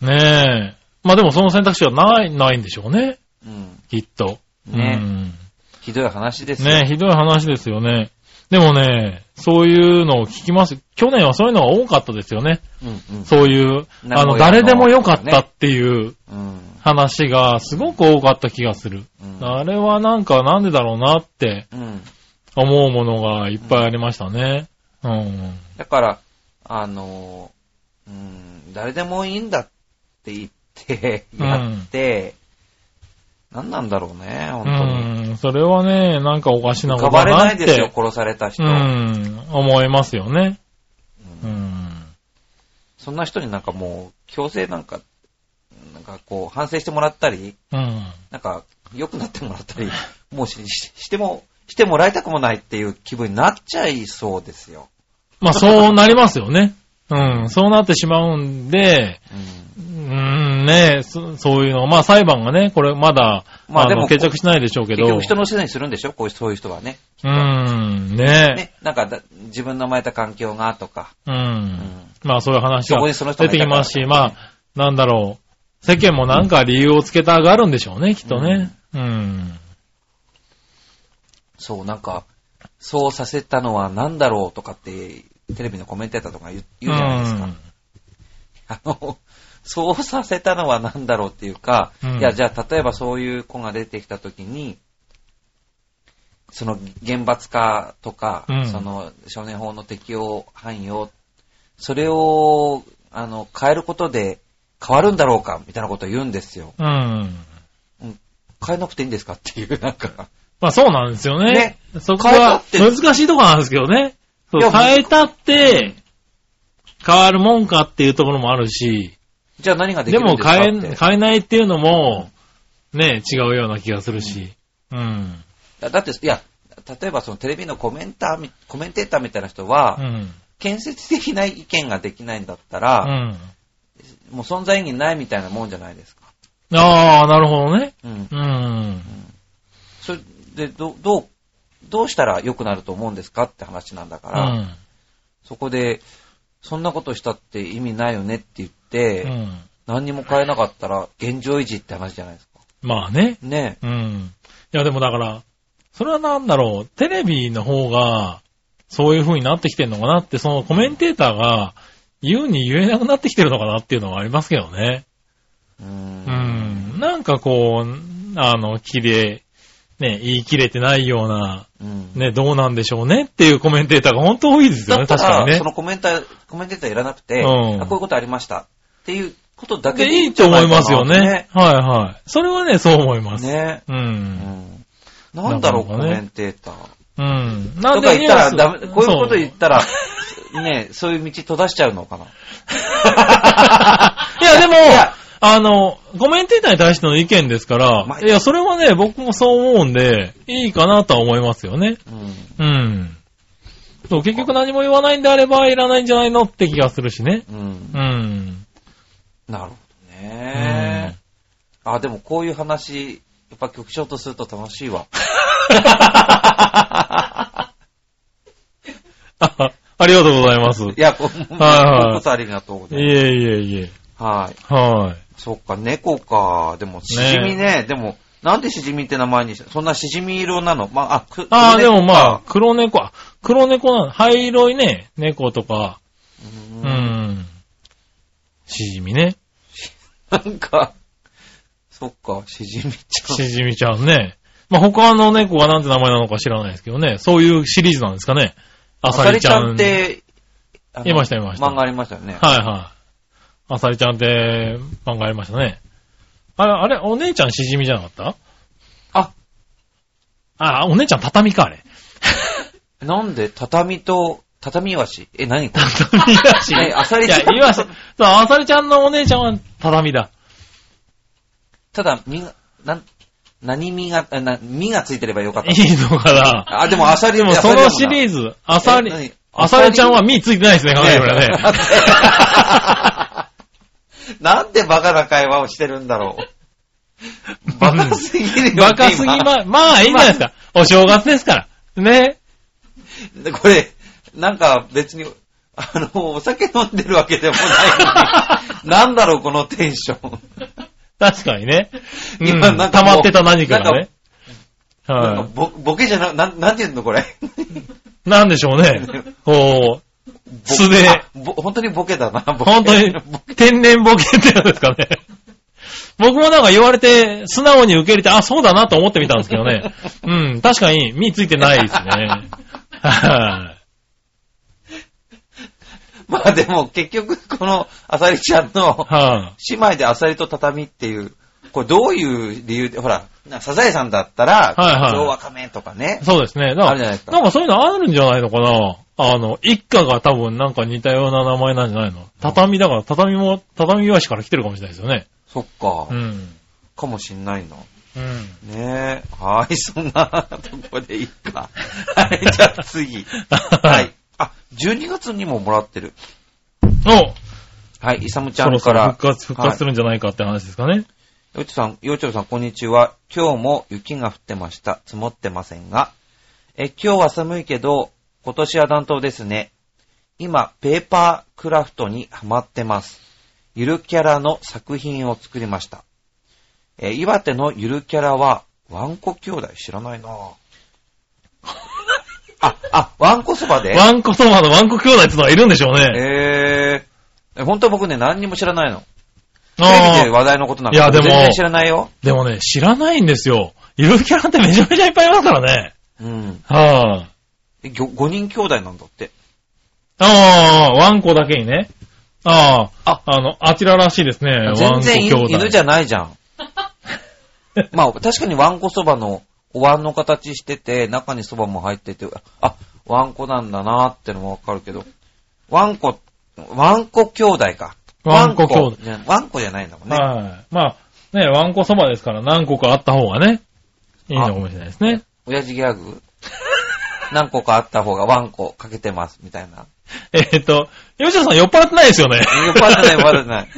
Speaker 2: いはい。ねえ。まあ、でもその選択肢はない、ないんでしょうね。
Speaker 1: うん。
Speaker 2: きっと。
Speaker 1: ね
Speaker 2: うん
Speaker 1: ひどい話ですよ。
Speaker 2: ねえ、ひどい話ですよね。でもね、そういうのを聞きます。去年はそういうのが多かったですよね。
Speaker 1: うんうん。
Speaker 2: そういう、
Speaker 1: 名古屋の
Speaker 2: あの、誰でも良かったっていう
Speaker 1: うん。
Speaker 2: 話がすごく多かった気がする。
Speaker 1: うん
Speaker 2: あれはなんかなんでだろうなって
Speaker 1: うん。
Speaker 2: 思うものがいっぱいありましたね。うん。
Speaker 1: だから、あの、うん、誰でもいいんだって言って、
Speaker 2: うん
Speaker 1: やって、何なんだろうね、本当に。
Speaker 2: うん、それはね、なんかおかしなこ
Speaker 1: 浮か
Speaker 2: と
Speaker 1: ば
Speaker 2: だ
Speaker 1: れ
Speaker 2: な
Speaker 1: ない
Speaker 2: っ
Speaker 1: ですよ
Speaker 2: て、、
Speaker 1: 殺された人
Speaker 2: う。ん、思いますよね。
Speaker 1: う
Speaker 2: うんん。
Speaker 1: そんな人になんかもう、強制なんか、なんかこう、反省してもらったり、
Speaker 2: うん。
Speaker 1: なんか、良くなってもらったり、 もうしししても、してもらいたくもないっていう気分になっちゃいそうですよ。
Speaker 2: まあ、そうなりますよね。うん、そうなってしまうんで、
Speaker 1: うん
Speaker 2: うーん、ねそ、そういうの。まあ、裁判がね、これまだ、
Speaker 1: まあ
Speaker 2: あ
Speaker 1: で
Speaker 2: の
Speaker 1: も
Speaker 2: 決着しないでしょうけ
Speaker 1: 結
Speaker 2: ど。
Speaker 1: 局人のせいにするんでしょこういう、そういう人はね。
Speaker 2: うーん、ね
Speaker 1: ね、なんかだ自分の生まれた環境がとか、
Speaker 2: う。
Speaker 1: うんん
Speaker 2: まあ、そういう話
Speaker 1: そ
Speaker 2: が
Speaker 1: こにその人が
Speaker 2: 出
Speaker 1: いたか
Speaker 2: て
Speaker 1: ら
Speaker 2: きますし、まあ、なんだろう。世間もなんか理由をつけたがるんでしょうね、きっとね。うん。
Speaker 1: そう、なんか、そうさせたのは何だろうとかって、テレビのコメンテーターとか言う言うじゃないですか。あの、 そうさせたのは何だろうっていうか、
Speaker 2: うん
Speaker 1: いや、じゃあ、例えばそういう子が出てきたときに、その、厳罰化とか、
Speaker 2: うん
Speaker 1: その、少年法の適用範囲を、それを、あの、変えることで変わるんだろうか、みたいなことを言うんですよ。
Speaker 2: うん。うん。
Speaker 1: 変えなくていいんですかっていう、 なんか。
Speaker 2: まあそうなんですよね。そこ
Speaker 1: 変えた
Speaker 2: は
Speaker 1: って
Speaker 2: 難しいところなんですけどね。そう
Speaker 1: いや
Speaker 2: 変えたって、変わるもんかっていうところもあるし、
Speaker 1: じゃあ何ができ
Speaker 2: で
Speaker 1: るんで
Speaker 2: も
Speaker 1: すかっ
Speaker 2: 変
Speaker 1: て
Speaker 2: え、変えないっていうのも、ね、違うような気がするし。うん。
Speaker 1: だだって、いや、例えばそのテレビのコメンターみ、コメンテーターみたいな人は、
Speaker 2: うん。
Speaker 1: 建設的な意見ができないんだった
Speaker 2: う
Speaker 1: ら、
Speaker 2: ん。
Speaker 1: もう存在意義ないみたいなもんじゃないですか。
Speaker 2: ああ、なるほどね。
Speaker 1: うん。
Speaker 2: うん。
Speaker 1: それで、ど、どう、どうしたら良くなると思うんですかって話なんだか
Speaker 2: う
Speaker 1: ら、
Speaker 2: ん。
Speaker 1: そこで、そんなことしたって意味ないよねって言って、
Speaker 2: うん。
Speaker 1: 何にも変えなかったら現状維持って話じゃないですか。
Speaker 2: まあね。
Speaker 1: ね
Speaker 2: うん。いや、でもだから、それはなんだろう、テレビの方が、そういう風になってきてるのかなって、そのコメンテーターが、言うに言えなくなってきてるのかなっていうのはありますけどね。
Speaker 1: え。う。
Speaker 2: うんん。なんかこう、あの、綺麗、ね、言い切れてないような、
Speaker 1: うん。
Speaker 2: ね、どうなんでしょうねっていうコメンテーターが本当多いですよ
Speaker 1: だ
Speaker 2: ね、
Speaker 1: った、
Speaker 2: 確からにね
Speaker 1: そ。のコメンター、コメンテーターいらなくて、
Speaker 2: うん
Speaker 1: あこういうことありました。っていうことだけ
Speaker 2: で、いいと思いますよね
Speaker 1: ね。。
Speaker 2: はいはい。それはね、そう思います。
Speaker 1: ね
Speaker 2: う。
Speaker 1: うんん。なんだろう、
Speaker 2: なか
Speaker 1: コ
Speaker 2: なかね
Speaker 1: メンテーター。
Speaker 2: うん。な
Speaker 1: とか言ったらダメ、こういうこと
Speaker 2: 言
Speaker 1: 言ったら、ね、そういう道閉ざしちゃうのかな。
Speaker 2: いや、でも
Speaker 1: いや、
Speaker 2: あの、コメンテーターに対しての意見ですから、
Speaker 1: まあ
Speaker 2: いや、それはね、僕もそう思うんで、いいかなとは思いますよね。
Speaker 1: う
Speaker 2: うん。そう、結局何も言わないんであれば、いらないんじゃないのって気がするしね。
Speaker 1: ん。うん
Speaker 2: う。ん。
Speaker 1: なるほどね。あ、でもこういう話、やっぱ局長とすると楽しいわ。
Speaker 2: あありがとうございます。い
Speaker 1: い や、こんこ
Speaker 2: はい
Speaker 1: こそありがとうございま
Speaker 2: えいえいえ。
Speaker 1: す。はい。
Speaker 2: は
Speaker 1: そっか、猫か。でも、しじみね。でも、なんでしじみって名前にしたそんなしじみ色なのまあ、あ、く
Speaker 2: い。ああ、でもまあ
Speaker 1: あ、、
Speaker 2: 黒猫、あ黒猫なの。灰色いね、猫とか、
Speaker 1: う。
Speaker 2: うんん。しじみね。
Speaker 1: なんか、そっか、しじみちゃん。
Speaker 2: しじみちゃんね。まあ、他の猫がなんて名前なのか知らないですけどね。そういうシリーズなんですかね。あさりちゃん。
Speaker 1: あさりって、あの
Speaker 2: いましたいました
Speaker 1: 漫画ありましたよね。
Speaker 2: はいはい。あさりちゃんって漫画ありましたね。あれ、あれ、お姉ちゃんしじみじゃなかった
Speaker 1: あ、
Speaker 2: あ、お姉ちゃん畳か、あれ。
Speaker 1: なんで畳と、畳イワシえ、何これ
Speaker 2: 畳だし。
Speaker 1: えあさりちゃん
Speaker 2: いや、言いました。そう、あさりちゃんのお姉ちゃんは畳だ。
Speaker 1: ただ、みが、なん、何みが、あな、みがついてればよかっ
Speaker 2: い
Speaker 1: た。
Speaker 2: いのかな。
Speaker 1: あ、でもアサリ
Speaker 2: でもそのシ
Speaker 1: ー
Speaker 2: リーズ、あさり
Speaker 1: え何、
Speaker 2: あさりちゃんは身ついてないですね、考えてみればね。
Speaker 1: なんでバカな会話をしてるんだろう。バカすぎ るよ、ね、
Speaker 2: バカすぎま、まあいいんじゃないですか。お正月ですから。ね。
Speaker 1: 今これ、なんか別に、あの、お酒飲んでるわけでもない のに、なんだろう、このテンション。
Speaker 2: 確かにね。うん、
Speaker 1: 今なんか
Speaker 2: 溜
Speaker 1: もう
Speaker 2: まってた何かがね。
Speaker 1: なんか
Speaker 2: は
Speaker 1: ボボケじゃな、なん、なんて言うの、これ。
Speaker 2: い。なんでしょ うね。こう、素で、
Speaker 1: ぼ本当にボケだ な、ボケ
Speaker 2: 本当に天然ボケってやつですかね。僕もなんか言われて、素直に受け入れて、あ、そうだなと思ってみたんですけどね。うん、確かに、身ついてないですね。は
Speaker 1: まあでも結局、このアサリちゃん
Speaker 2: い。
Speaker 1: の、
Speaker 2: は
Speaker 1: 姉妹でアサリと畳っていう、これどういう理由で、ほら、なサザエさんだったら、
Speaker 2: はいはい
Speaker 1: 今日ワカメとかね
Speaker 2: い。。そうですね。だ
Speaker 1: あ
Speaker 2: か
Speaker 1: るじゃない
Speaker 2: ら
Speaker 1: ですか
Speaker 2: なんかそういうのあるんじゃないのかなあの、一家が多分なんか似たような名前なんじゃないの畳だから、畳も、畳岩市から来てるかもしれないですよね。
Speaker 1: そっか、
Speaker 2: うん。
Speaker 1: かもしんないな。
Speaker 2: うん。
Speaker 1: ねえ。はい、そんなとこでいいか。はい、じゃあ 次。はい。。あ、12月にももらってる。
Speaker 2: お
Speaker 1: はい、イサムちゃ
Speaker 2: そ
Speaker 1: ん
Speaker 2: ろそ
Speaker 1: か
Speaker 2: ろ
Speaker 1: ら。
Speaker 2: 復活、復活す
Speaker 1: る。
Speaker 2: るんじゃないかって話ですかね。
Speaker 1: よちさん、よちろさん、こんにちは。今日も雪が降ってました。積もってませんが。え、今日は寒いけど、今年は暖冬ですね。今、ペーパークラフトにハマってます。ゆるキャラの作品を作りました。えー岩手のゆるキャラは、ワンコ兄弟知ら ないなぁあ、あ、ワンコそばで
Speaker 2: ワンコそばのワンコ兄弟ってのがいるんでしょうね。
Speaker 1: えー、本当は僕ね、何にも知らないの。テレビ
Speaker 2: あ
Speaker 1: で
Speaker 2: ー
Speaker 1: 話題のことなん
Speaker 2: いや
Speaker 1: か
Speaker 2: でも
Speaker 1: 全然知らないよ。
Speaker 2: でもね、知らないんですよ。いるキャラってめちゃめちゃいっぱいいますからね。
Speaker 1: うん。
Speaker 2: はぁ、
Speaker 1: えぎょ5人兄弟なんだって。
Speaker 2: ああ、ワンコだけにね。あ
Speaker 1: あ
Speaker 2: あ、あの、あちららしいですね。ワンコ
Speaker 1: 全然
Speaker 2: 兄
Speaker 1: 犬
Speaker 2: 弟。
Speaker 1: 犬じゃないじゃ ん。まあ、確かにワンコそばのお椀の形してて、中にそばも入ってて、あ、ワンコなんだなーってのもわかるけど、ワンコ、ワンコ兄弟か。
Speaker 2: ワンコ兄弟。
Speaker 1: 弟。ワンコじゃないんだもんね。
Speaker 2: はい。まあ、ね、ワンコそばですから何個かあった方がね、いいのかもしれないですね。
Speaker 1: 親父ギャグ 何個かあった方がワンコかけてます、みたいな。
Speaker 2: えーっと、吉田さん酔っ払ってないですよね。
Speaker 1: 酔っ払ってない、酔っ払って ない。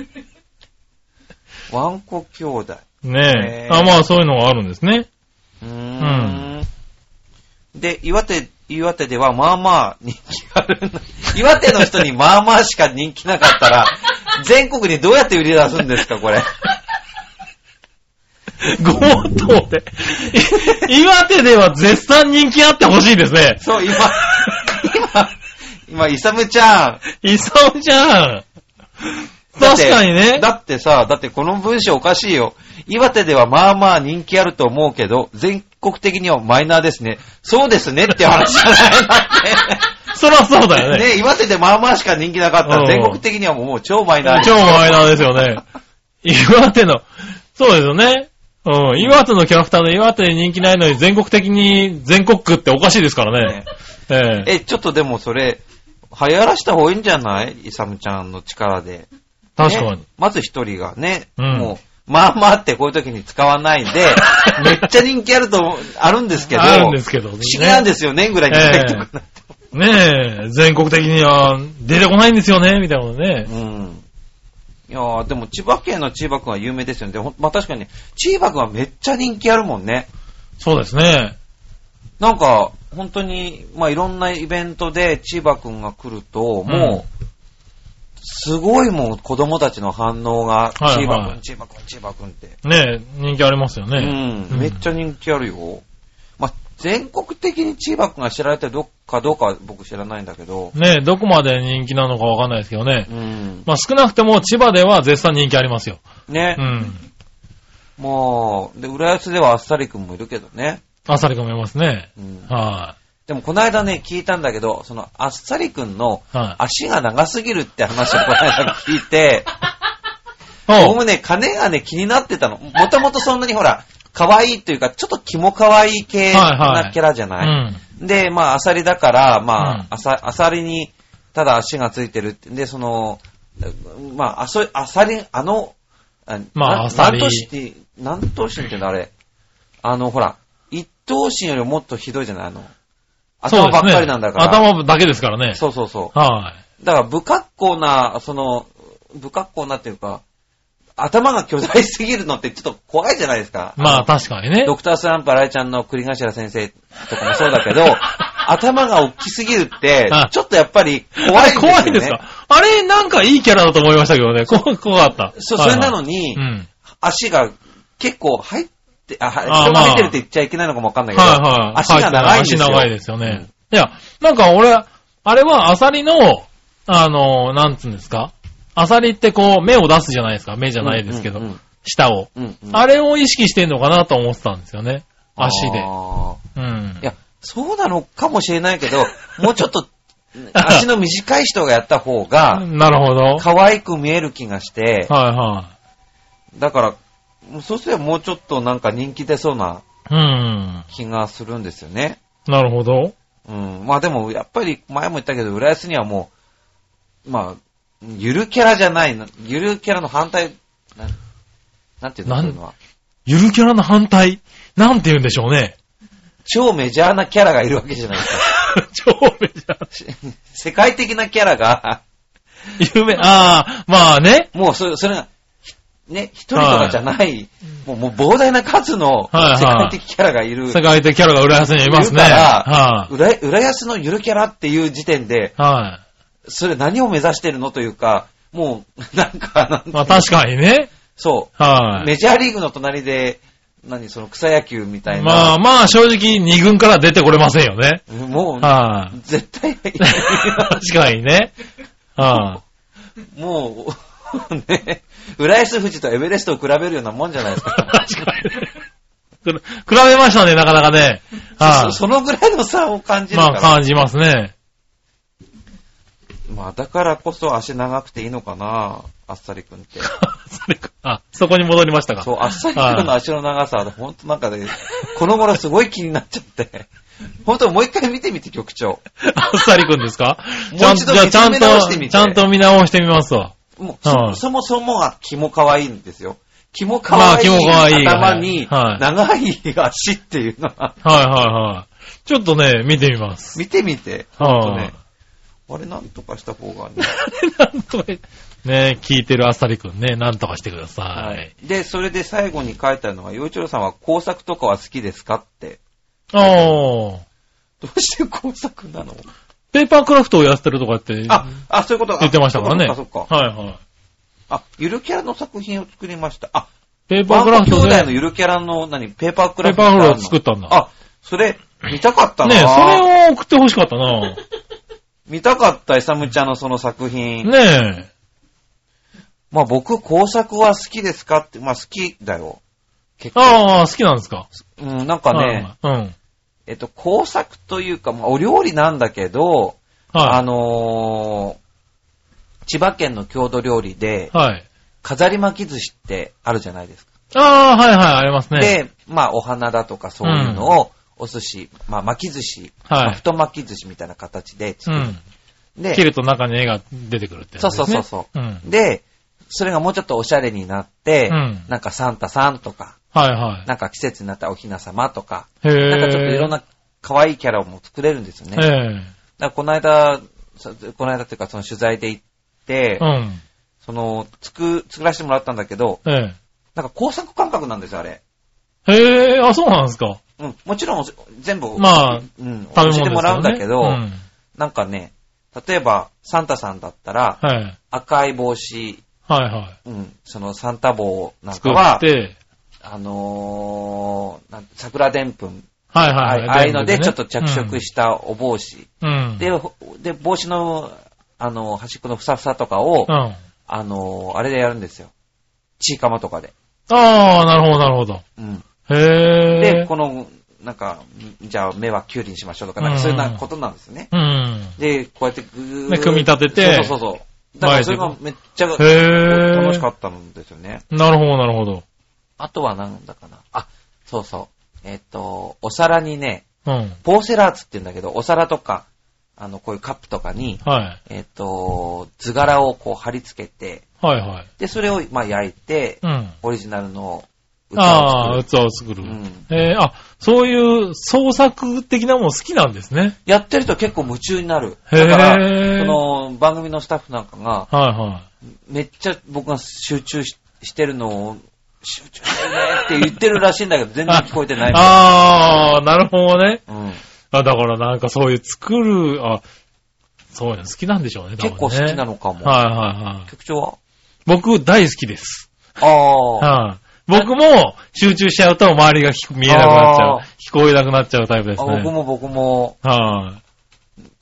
Speaker 1: ワンコ兄弟。
Speaker 2: ねえ
Speaker 1: ねえ。
Speaker 2: あ、まあそういうのがあるんで すね。
Speaker 1: うーん。で、岩手、岩手ではまあまあ人気があるんだ。岩手の人にまあまあしか人気なかった ら、全国にどうやって売り出すんですか、これ。
Speaker 2: 強盗で。い 岩手では絶賛人気あってほしいです ね。
Speaker 1: そう、今、今、今、イサムちゃん。
Speaker 2: イサオちゃん。
Speaker 1: だって
Speaker 2: 確かにね。
Speaker 1: だってさ、だってこの文章おかしいよ。岩手ではまあまあ人気あると思うけど、全国的にはマイナーですね。そうですねって話じ ゃないだって。
Speaker 2: そらそうだよね。
Speaker 1: ね、岩手でまあまあしか人気なかった
Speaker 2: う
Speaker 1: ら
Speaker 2: ん
Speaker 1: 全国的にはもう超マイナー。
Speaker 2: 超マイナーですよね。岩手の、そうですよね。うん、岩手のキャラクターで岩手で人気ないのに全国的に全国区っておかしいですからね。ええ
Speaker 1: え、ちょっとでもそれ、流行らした方がいいんじゃないイサムちゃんの力で。
Speaker 2: 確か
Speaker 1: ね
Speaker 2: に。
Speaker 1: まず一人がね、
Speaker 2: うん
Speaker 1: もう、まあまあってこういう時に使わないで、 めっちゃ人気あると思う、あるんですけど、
Speaker 2: あるんですけど、
Speaker 1: 不
Speaker 2: ね。
Speaker 1: 思議なんですよね、ぐらいに入ってくる
Speaker 2: ねえ、全国的には出てこないんですよね、みたいなことね。
Speaker 1: うん。いやーでも千葉県の千葉くんは有名ですよね。でほんまあ確かに、千葉くんはめっちゃ人気あるもんね。
Speaker 2: そうですね。
Speaker 1: なんか、本当に、まあ、いろんなイベントで千葉くんが来ると、もう、すごいもう子供たちの反応が、
Speaker 2: はい
Speaker 1: 千葉
Speaker 2: は
Speaker 1: く
Speaker 2: い
Speaker 1: ん、千葉くん、千葉くんって。
Speaker 2: ねえ、人気ありますよね。
Speaker 1: うん、めっちゃ人気あるよ。まあ、全国的に千葉くんが知られてるどっかどうかは僕知らないんだけど、
Speaker 2: ねえ、どこまで人気なのかわかんないですけどね
Speaker 1: う。ん。
Speaker 2: まあ少なくても千葉では絶賛人気ありますよ。
Speaker 1: ね
Speaker 2: う、ん。
Speaker 1: もう、で、浦安ではあっさりくんもいるけどね。
Speaker 2: あさりかもいますね。
Speaker 1: うん。
Speaker 2: は
Speaker 1: でも、この間ね、聞いたんだけど、その、あっさりくんの
Speaker 2: い。はい。
Speaker 1: 足が長すぎるって話をこの間聞いて、
Speaker 2: お
Speaker 1: 僕もね、金がね、気になってたの。もともとそんなにほら、可愛いというか、ちょっとキモ可愛い系
Speaker 2: はいはい
Speaker 1: なキャラじゃ
Speaker 2: う
Speaker 1: ない。
Speaker 2: ん。
Speaker 1: で、まあ、アサリだから、まあ、
Speaker 2: うん
Speaker 1: アサアサリに、ただ足がついてるって。で、その、まあ、アソアサリ、あの、あ
Speaker 2: まあ
Speaker 1: な
Speaker 2: アサリ
Speaker 1: 何頭身って、何頭身っていうのあれ、あの、ほら、一頭身よりもっとひどいじゃないあの、頭ばっかりなんだから。
Speaker 2: そうですね頭だけですからね。
Speaker 1: そうそうそう。
Speaker 2: は
Speaker 1: だから、不格好な、その、不格好なっていうか、頭が巨大すぎるのってちょっと怖いじゃないですか。
Speaker 2: い。まあ
Speaker 1: の
Speaker 2: 確かにね。
Speaker 1: ドクタースランプ新井ちゃんの栗頭先生とかもそうだけ ど、頭が大きすぎるって
Speaker 2: はい、
Speaker 1: ちょっとやっぱり怖
Speaker 2: あ
Speaker 1: い
Speaker 2: れ
Speaker 1: んですよ、ね。
Speaker 2: 怖いですかあれなんかいいキャラだと思いましたけどね。こ怖かった。
Speaker 1: そう、
Speaker 2: は
Speaker 1: そ
Speaker 2: いは
Speaker 1: れ
Speaker 2: い
Speaker 1: なのに、
Speaker 2: うん。
Speaker 1: 足が結構入って、あ、
Speaker 2: あー
Speaker 1: 人が入ってるって言っちゃいけないのかもわかんないけど、
Speaker 2: はいはい。
Speaker 1: 足が長いんですよ。
Speaker 2: 足長いですよね。いや、なんか俺、あれはアサリの、あの、なんつうんですかアサリってこう、目を出すじゃないですか。目じ
Speaker 1: じ
Speaker 2: ゃないですけど、
Speaker 1: うん
Speaker 2: 舌を。
Speaker 1: うんうん
Speaker 2: あれを意識してんのかなと思ってたんですよね。足で。
Speaker 1: あー
Speaker 2: うん
Speaker 1: い。や、そうなのかもしれないけど、 もうちょっと、足の短い人がやった方が、
Speaker 2: なるほど。はい
Speaker 1: 可愛く見える気がして、
Speaker 2: は。
Speaker 1: だから、もうそうすればもうちょっとなんか人気出そうない
Speaker 2: うん。
Speaker 1: 気がするんですよね。
Speaker 2: なるほど。
Speaker 1: うん。まあでも、やっぱり前も言ったけど、浦安にはもう、まあ、ゆるキャラじゃないな、ゆるキャラの反対、ななんていうの
Speaker 2: なん
Speaker 1: そういうのは
Speaker 2: ゆるキャラの反対。なんて言うんでしょうね。
Speaker 1: 超メジャーなキャラがいるわけじゃない ですか。
Speaker 2: 超メジャー。
Speaker 1: 世界的なキャラが、
Speaker 2: 有名。ああ、まあね。
Speaker 1: もうそ、それが、ね、一人とかじゃない、もうもう膨大な数の
Speaker 2: はいはい
Speaker 1: 世界的キャラがいる。
Speaker 2: 世界的キャラが浦安にはいますね。
Speaker 1: いるから
Speaker 2: はい、
Speaker 1: 浦浦安のゆるキャラっていう時点で、
Speaker 2: はい、
Speaker 1: それ何を目指してるのというか、もう、 なんか、なんていう
Speaker 2: まあ確かにね。
Speaker 1: そ
Speaker 2: は
Speaker 1: う。
Speaker 2: い。
Speaker 1: メジャーリーグの隣で、何、その草野球みたいな。
Speaker 2: まあまあ正直二軍から出てこれませんよね。
Speaker 1: もう、
Speaker 2: はい。
Speaker 1: 絶対、
Speaker 2: 確かにね。は
Speaker 1: もう、ね、浦安富士とエベレストを比べるようなもんじゃないです
Speaker 2: い。
Speaker 1: か。
Speaker 2: 確かにね。くら比べましたね、なかなかね。は
Speaker 1: そそのぐらいの差を感じ
Speaker 2: い。
Speaker 1: るか
Speaker 2: ま
Speaker 1: ら。
Speaker 2: あ感じますね。
Speaker 1: まあ、だからこそ足長くていいのかな、あっさりくんって。
Speaker 2: それかあ、そこに戻りましたか。
Speaker 1: そう、あっさりくんの足の長さ、ほんとなんかね、この頃すごい気になっちゃって。ほんともう一回見てみて、局長。
Speaker 2: あっさりくんですか
Speaker 1: もう
Speaker 2: ちゃん
Speaker 1: 一度
Speaker 2: じゃあちゃん
Speaker 1: 見つめ直してみ
Speaker 2: と、
Speaker 1: て
Speaker 2: ちゃんと見直してみますわ。
Speaker 1: もう、
Speaker 2: はい
Speaker 1: そそもそもが気も可愛いんですよ。気も可
Speaker 2: まあ
Speaker 1: 愛い
Speaker 2: 気も可愛い
Speaker 1: 頭に、
Speaker 2: はい
Speaker 1: 長い足っていうのは、
Speaker 2: はいはいはい。ちょっとね、見てみます。
Speaker 1: 見てみて、ほんとね。あれ、なんとかした方がね。
Speaker 2: なんとか、ね、聞いてるあっさりくんね、なんとかしてください。
Speaker 1: で、それで最後に書いてあるのが、洋一郎さんは工作とかは好きですかって。
Speaker 2: おー。
Speaker 1: どうして工作なの
Speaker 2: ペーパークラフトをやってるとかって
Speaker 1: あ、あ、そういうこと
Speaker 2: 言ってましたからね。
Speaker 1: あ、そっかそっか。
Speaker 2: はいはい。
Speaker 1: あ、ゆるキャラの作品を作りました。あ、
Speaker 2: ペーパ
Speaker 1: ワ
Speaker 2: ー
Speaker 1: ン
Speaker 2: クラ
Speaker 1: コ
Speaker 2: フ
Speaker 1: 兄
Speaker 2: トで。
Speaker 1: 弟のゆるキャラの、何、ペーパークラフト
Speaker 2: ペーパークラフ
Speaker 1: って
Speaker 2: ト
Speaker 1: あるの
Speaker 2: 作ったんだ
Speaker 1: あ、それ、見たかったな
Speaker 2: ねそれを送ってほしかったな。
Speaker 1: 見たかった、イサムちゃんのその作品。
Speaker 2: ね
Speaker 1: まあ僕、工作は好きですかって、まあ好きだよ。結構。
Speaker 2: ああ、好きなんですか。
Speaker 1: うん、なんかね、
Speaker 2: はいはい。うん。
Speaker 1: えっと、工作というか、まあお料理なんだけど、あ
Speaker 2: は
Speaker 1: のー千葉県の郷土料理で
Speaker 2: い。、はい。
Speaker 1: 飾り巻き寿司ってあるじゃないですか。
Speaker 2: ああ、はいはい、ありますね。
Speaker 1: で、まあ、お花だとかそういうのを、お寿司、まあ、巻き寿司、
Speaker 2: はい
Speaker 1: まあ太巻き寿司みたいな形で
Speaker 2: う
Speaker 1: 作る。
Speaker 2: ん。
Speaker 1: で
Speaker 2: 切ると中に絵が出てくるってやつ
Speaker 1: そ
Speaker 2: で
Speaker 1: う
Speaker 2: す
Speaker 1: そ
Speaker 2: ね。
Speaker 1: うそうそう、
Speaker 2: うん。
Speaker 1: で、それがもうちょっとおしゃれになって、
Speaker 2: うん
Speaker 1: なんかサンタさんとか、
Speaker 2: はいはい。
Speaker 1: なんか季節になったらお雛様とか、
Speaker 2: へえ。
Speaker 1: なんかちょっといろんな可愛いキャラも作れるんですよね。だか
Speaker 2: え
Speaker 1: らこの間、さこの間っていうかその取材で行って
Speaker 2: え。、うん。
Speaker 1: その、作、作らせてもらったんだけど、
Speaker 2: え
Speaker 1: なんか工作感覚なんですよ、あれ。
Speaker 2: え。へえ、あ、そうなんですか。
Speaker 1: うん、もちろん全部、
Speaker 2: まあ
Speaker 1: うん、
Speaker 2: 食べ
Speaker 1: 教
Speaker 2: 物
Speaker 1: え
Speaker 2: ですよね。
Speaker 1: てもらうんだけど、
Speaker 2: うん。
Speaker 1: なんかね、例えば、サンタさんだったら、
Speaker 2: はい。
Speaker 1: 赤い帽子、
Speaker 2: はいは。
Speaker 1: うん、そのサンタ帽ないん
Speaker 2: 作
Speaker 1: かは
Speaker 2: っ、て、
Speaker 1: あのーなん桜でんぷん、
Speaker 2: はい
Speaker 1: ああ
Speaker 2: はいい。
Speaker 1: ああいうのでちょっと着色
Speaker 2: し
Speaker 1: したお帽子、
Speaker 2: て、うん。
Speaker 1: で、ほで、帽子の、あの、端っこのふさふさとかを、
Speaker 2: うん。あ
Speaker 1: あのーあれでやるんですよ。チーカマとかで。
Speaker 2: あー、なるほど、なるほど。
Speaker 1: うん。
Speaker 2: へえ。
Speaker 1: で、この、なんか、じゃあ目はキュウリにしましょうとか、なんかそういうなことなんですよね。
Speaker 2: うん。
Speaker 1: で、こうやってぐー
Speaker 2: ね組み立てて
Speaker 1: そうそうそうそう。だからそれがめっちゃ
Speaker 2: へえ。
Speaker 1: 楽しかったんですよね。
Speaker 2: なるほど、なるほど。
Speaker 1: あとはなんだかな。あ、そうそう。えっ、と、お皿にね、
Speaker 2: うん。
Speaker 1: ポーセラーツって言うんだけど、お皿とか、あの、こういうカップとかに、
Speaker 2: はい。
Speaker 1: えっ、と、図柄をこう貼り付けて、
Speaker 2: はいはい。
Speaker 1: で、それを、まあ、焼いて、
Speaker 2: うん。
Speaker 1: オリジナルの歌
Speaker 2: あ
Speaker 1: を
Speaker 2: あ、
Speaker 1: 作る。
Speaker 2: 器を作る。
Speaker 1: うん
Speaker 2: えーあ、そういう創作的なもの好きなんですね。
Speaker 1: やってると結構夢中になる。
Speaker 2: へー
Speaker 1: だから、その、番組のスタッフなんかが、
Speaker 2: はいは
Speaker 1: めっちゃ僕が集中ししてるのを、集中してるねって言ってるらしいんだけど、全然聞こえてない
Speaker 2: い。
Speaker 1: みたい
Speaker 2: ああ、なるほどね。
Speaker 1: うん、
Speaker 2: あ、だからなんかそういう作る、あ、そういうの好きなんでしょうね、多分
Speaker 1: 結構好
Speaker 2: ね
Speaker 1: きなのかも。
Speaker 2: はいはいはい。
Speaker 1: 局長は
Speaker 2: 僕大好きです。
Speaker 1: ああ。
Speaker 2: はい。僕も集中しちゃうと周りが聞く見えなくなっちゃう
Speaker 1: あー。
Speaker 2: 聞こえなくなっちゃうタイプです
Speaker 1: あ
Speaker 2: ね。
Speaker 1: 僕も僕も、
Speaker 2: は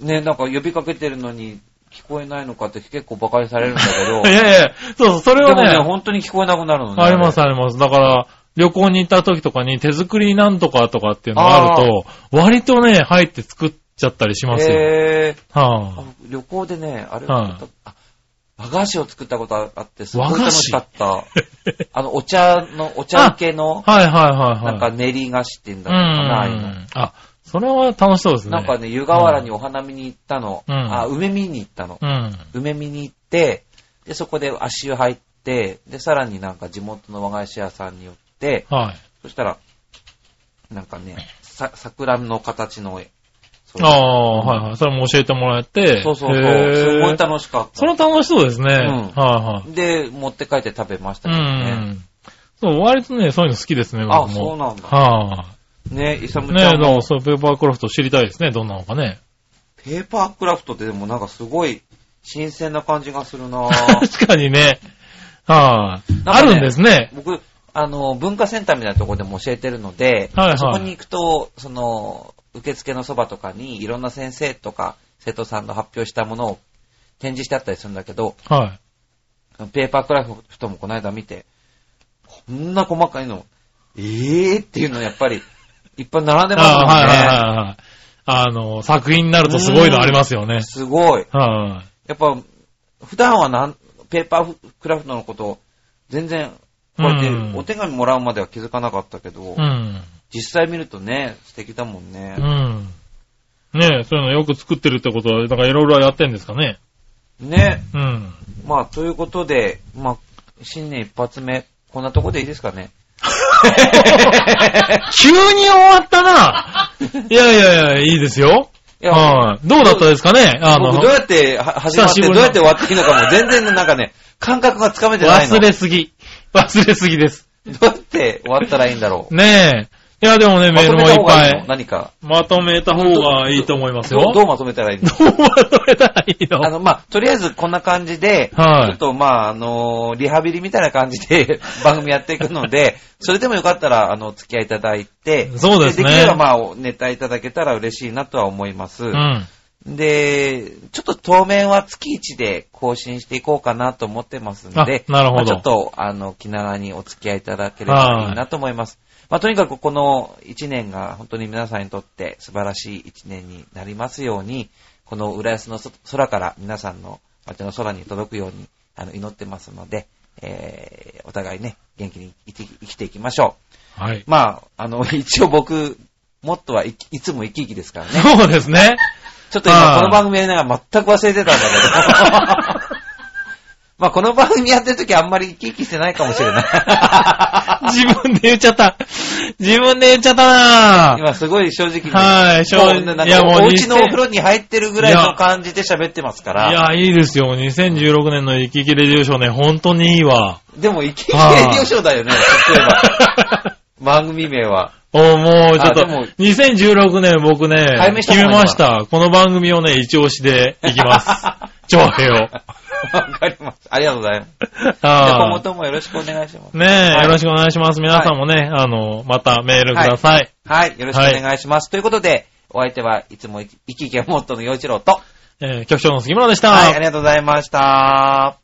Speaker 2: い。、
Speaker 1: ね、なんか呼びかけてるのに聞こえないのかって結構馬鹿にされるんだけど
Speaker 2: いやいや、 そうそう、それ
Speaker 1: で
Speaker 2: は
Speaker 1: もね、
Speaker 2: ね、
Speaker 1: 本当に聞こえなくなるのね。
Speaker 2: あります
Speaker 1: あ
Speaker 2: あります。だから、旅行に行った時とかに手作りなんとかとかっていうのがあると、割とね、入って作っちゃったりしま
Speaker 1: れ
Speaker 2: すよ。
Speaker 1: へー
Speaker 2: は
Speaker 1: あ旅行でね、あれ
Speaker 2: は
Speaker 1: を
Speaker 2: い
Speaker 1: 作った、あ和菓子を作ったことあって、すご
Speaker 2: 和
Speaker 1: い
Speaker 2: 菓
Speaker 1: 楽
Speaker 2: 子
Speaker 1: しかった。 あの、お茶の、お茶受けの、
Speaker 2: あはいはい
Speaker 1: な
Speaker 2: は
Speaker 1: いん
Speaker 2: は
Speaker 1: か
Speaker 2: い。
Speaker 1: 練り菓子っていうんだ
Speaker 2: う
Speaker 1: ろうかな、ああいうの
Speaker 2: ん。あ、それは楽しそうですね。
Speaker 1: なんかね、湯河原にお花見に行ったの。
Speaker 2: うん
Speaker 1: あ、梅見に行ったの
Speaker 2: う。ん。
Speaker 1: 梅見に行って、で、そこで足湯入って、で、さらになんか地元の和菓子屋さんに寄って、
Speaker 2: はい。
Speaker 1: そしたら、なんかね、さ、桜の形の、そう
Speaker 2: ああ、はいはい。それも教えてもらって。
Speaker 1: そうそうそう。
Speaker 2: へえ
Speaker 1: すごい楽しかっ
Speaker 2: それは楽しそうですね。はいは
Speaker 1: た。で、持って帰って食べました
Speaker 2: い。
Speaker 1: け
Speaker 2: う
Speaker 1: どね。
Speaker 2: ん。そう、割とね、そういうの好きですね、僕も。
Speaker 1: あ、そうなんだ。
Speaker 2: は
Speaker 1: ね、イサムち
Speaker 2: い。ね
Speaker 1: ゃ
Speaker 2: え、
Speaker 1: ん
Speaker 2: どう
Speaker 1: も、
Speaker 2: そう、ペーパークラフト知りたいですね、どんなのかね。
Speaker 1: ペーパークラフトってでもなんかすごい、新鮮な感じがするな
Speaker 2: 確かにね。はい、あ
Speaker 1: なんかね
Speaker 2: るんですね。
Speaker 1: 僕、あの、文化センターみたいなところでも教えてるので、
Speaker 2: はいはい
Speaker 1: そこに行くと、その、受付のそばとかにいろんな先生とか生徒さんの発表したものを展示してあったりするんだけど、
Speaker 2: は
Speaker 1: ペーパークラフトもこの間見て、こんな細かいの、えーっていうのやっぱり、いっぱい並ん
Speaker 2: い。
Speaker 1: でますもんね。
Speaker 2: あはいはいはいはい。あの、作品になるとすごいのありますよね。
Speaker 1: すごい。
Speaker 2: はい、
Speaker 1: やっぱ、普段はなん、ペーパークラフトのこと、全然、こうやって
Speaker 2: うん
Speaker 1: お手紙もらうまでは気づかなかったけど、
Speaker 2: うん。
Speaker 1: 実際見るとね、素敵だもんね。
Speaker 2: うん。ねえ、そういうのよく作ってるってことは、なんかいろいろやってんですかね。
Speaker 1: ね。
Speaker 2: うん。
Speaker 1: まあ、ということで、まあ、新年一発目、こんなとこでいいですかね。
Speaker 2: 急に終わったないやいやいや、いいですよ。
Speaker 1: いや、
Speaker 2: はい、どうだったですかねあの、
Speaker 1: 僕どうやっては始まって、
Speaker 2: 久しぶりの
Speaker 1: どうやって終わっていいのかも全然なんかね、感覚がつかめてないの。
Speaker 2: 忘れすぎ。忘れすぎです。
Speaker 1: どうやって終わったらいいんだろう。
Speaker 2: ねえ。いや、でもね、メールもい
Speaker 1: まとめた
Speaker 2: っ
Speaker 1: 方が
Speaker 2: ぱ
Speaker 1: いいの
Speaker 2: い。
Speaker 1: 何か。
Speaker 2: まとめた方がいいと思います
Speaker 1: ど
Speaker 2: よ。
Speaker 1: うどうまとめたらいいの
Speaker 2: どうまとめたらいいの
Speaker 1: あの、まあ、とりあえずこんな感じで、
Speaker 2: はい
Speaker 1: ちょっとまあ、あのーリハビリみたいな感じで 番組やっていくので、それでもよかったら、あの、お付き合いいただいて、
Speaker 2: そうですね
Speaker 1: できればまあ、おネタいただけたら嬉しいなとは思います。
Speaker 2: うん。
Speaker 1: で、ちょっと当面は月1で更新していこうかなと思ってますんで、
Speaker 2: あなるほど
Speaker 1: まあちょっと、あの、気長にお付き合いいただければいいなと思います。まあ、とにかくこの1年が本当に皆さんにとって素晴らしい1年になりますように、この浦安のそ空から皆さんの街の空に届くようにあの祈ってますので、えー、お互いね、元気に生き生きていきましょ
Speaker 2: はい。
Speaker 1: う。まあ、あの、一応僕、もっとはいきいつも生き生きですからね。
Speaker 2: そうですね。
Speaker 1: ちょっと今
Speaker 2: あー
Speaker 1: この番組やりながら全く忘れてたんだ けど。まあこの番組やってる時あんまり生き生きしてないかもし れない。
Speaker 2: 自分で言っちゃった。自分で言っちゃったな
Speaker 1: 今すごい正直に。
Speaker 2: はい正直
Speaker 1: もうなん
Speaker 2: いやも
Speaker 1: か
Speaker 2: う
Speaker 1: お家の
Speaker 2: 2000
Speaker 1: お風呂に入ってるぐらいの感じで喋ってますから。
Speaker 2: いや、いいですよ。2016年のイキキレディオショーね、本当にいいわ。
Speaker 1: でも生き生きレディオショーだよね、例えば。番組名は。
Speaker 2: おもうちょっ
Speaker 1: あで
Speaker 2: と
Speaker 1: も、
Speaker 2: 2016年僕ね
Speaker 1: 解明、した
Speaker 2: 決
Speaker 1: のか
Speaker 2: め
Speaker 1: な
Speaker 2: ました。この番組をね、一押しでいき ます。長平を。
Speaker 1: わかりました。ありがとうございます。じゃあ今後
Speaker 2: は
Speaker 1: ともよろしくお願いします
Speaker 2: い。。ねえ、
Speaker 1: はい
Speaker 2: よろしくお願いします。皆さんもね、あの、またメールください。
Speaker 1: はい、よろしくお願いします。ということで、お相手はいつも生き生きがモットーの洋一郎と。
Speaker 2: えー局長の杉村でした。
Speaker 1: はい、ありがとうございました。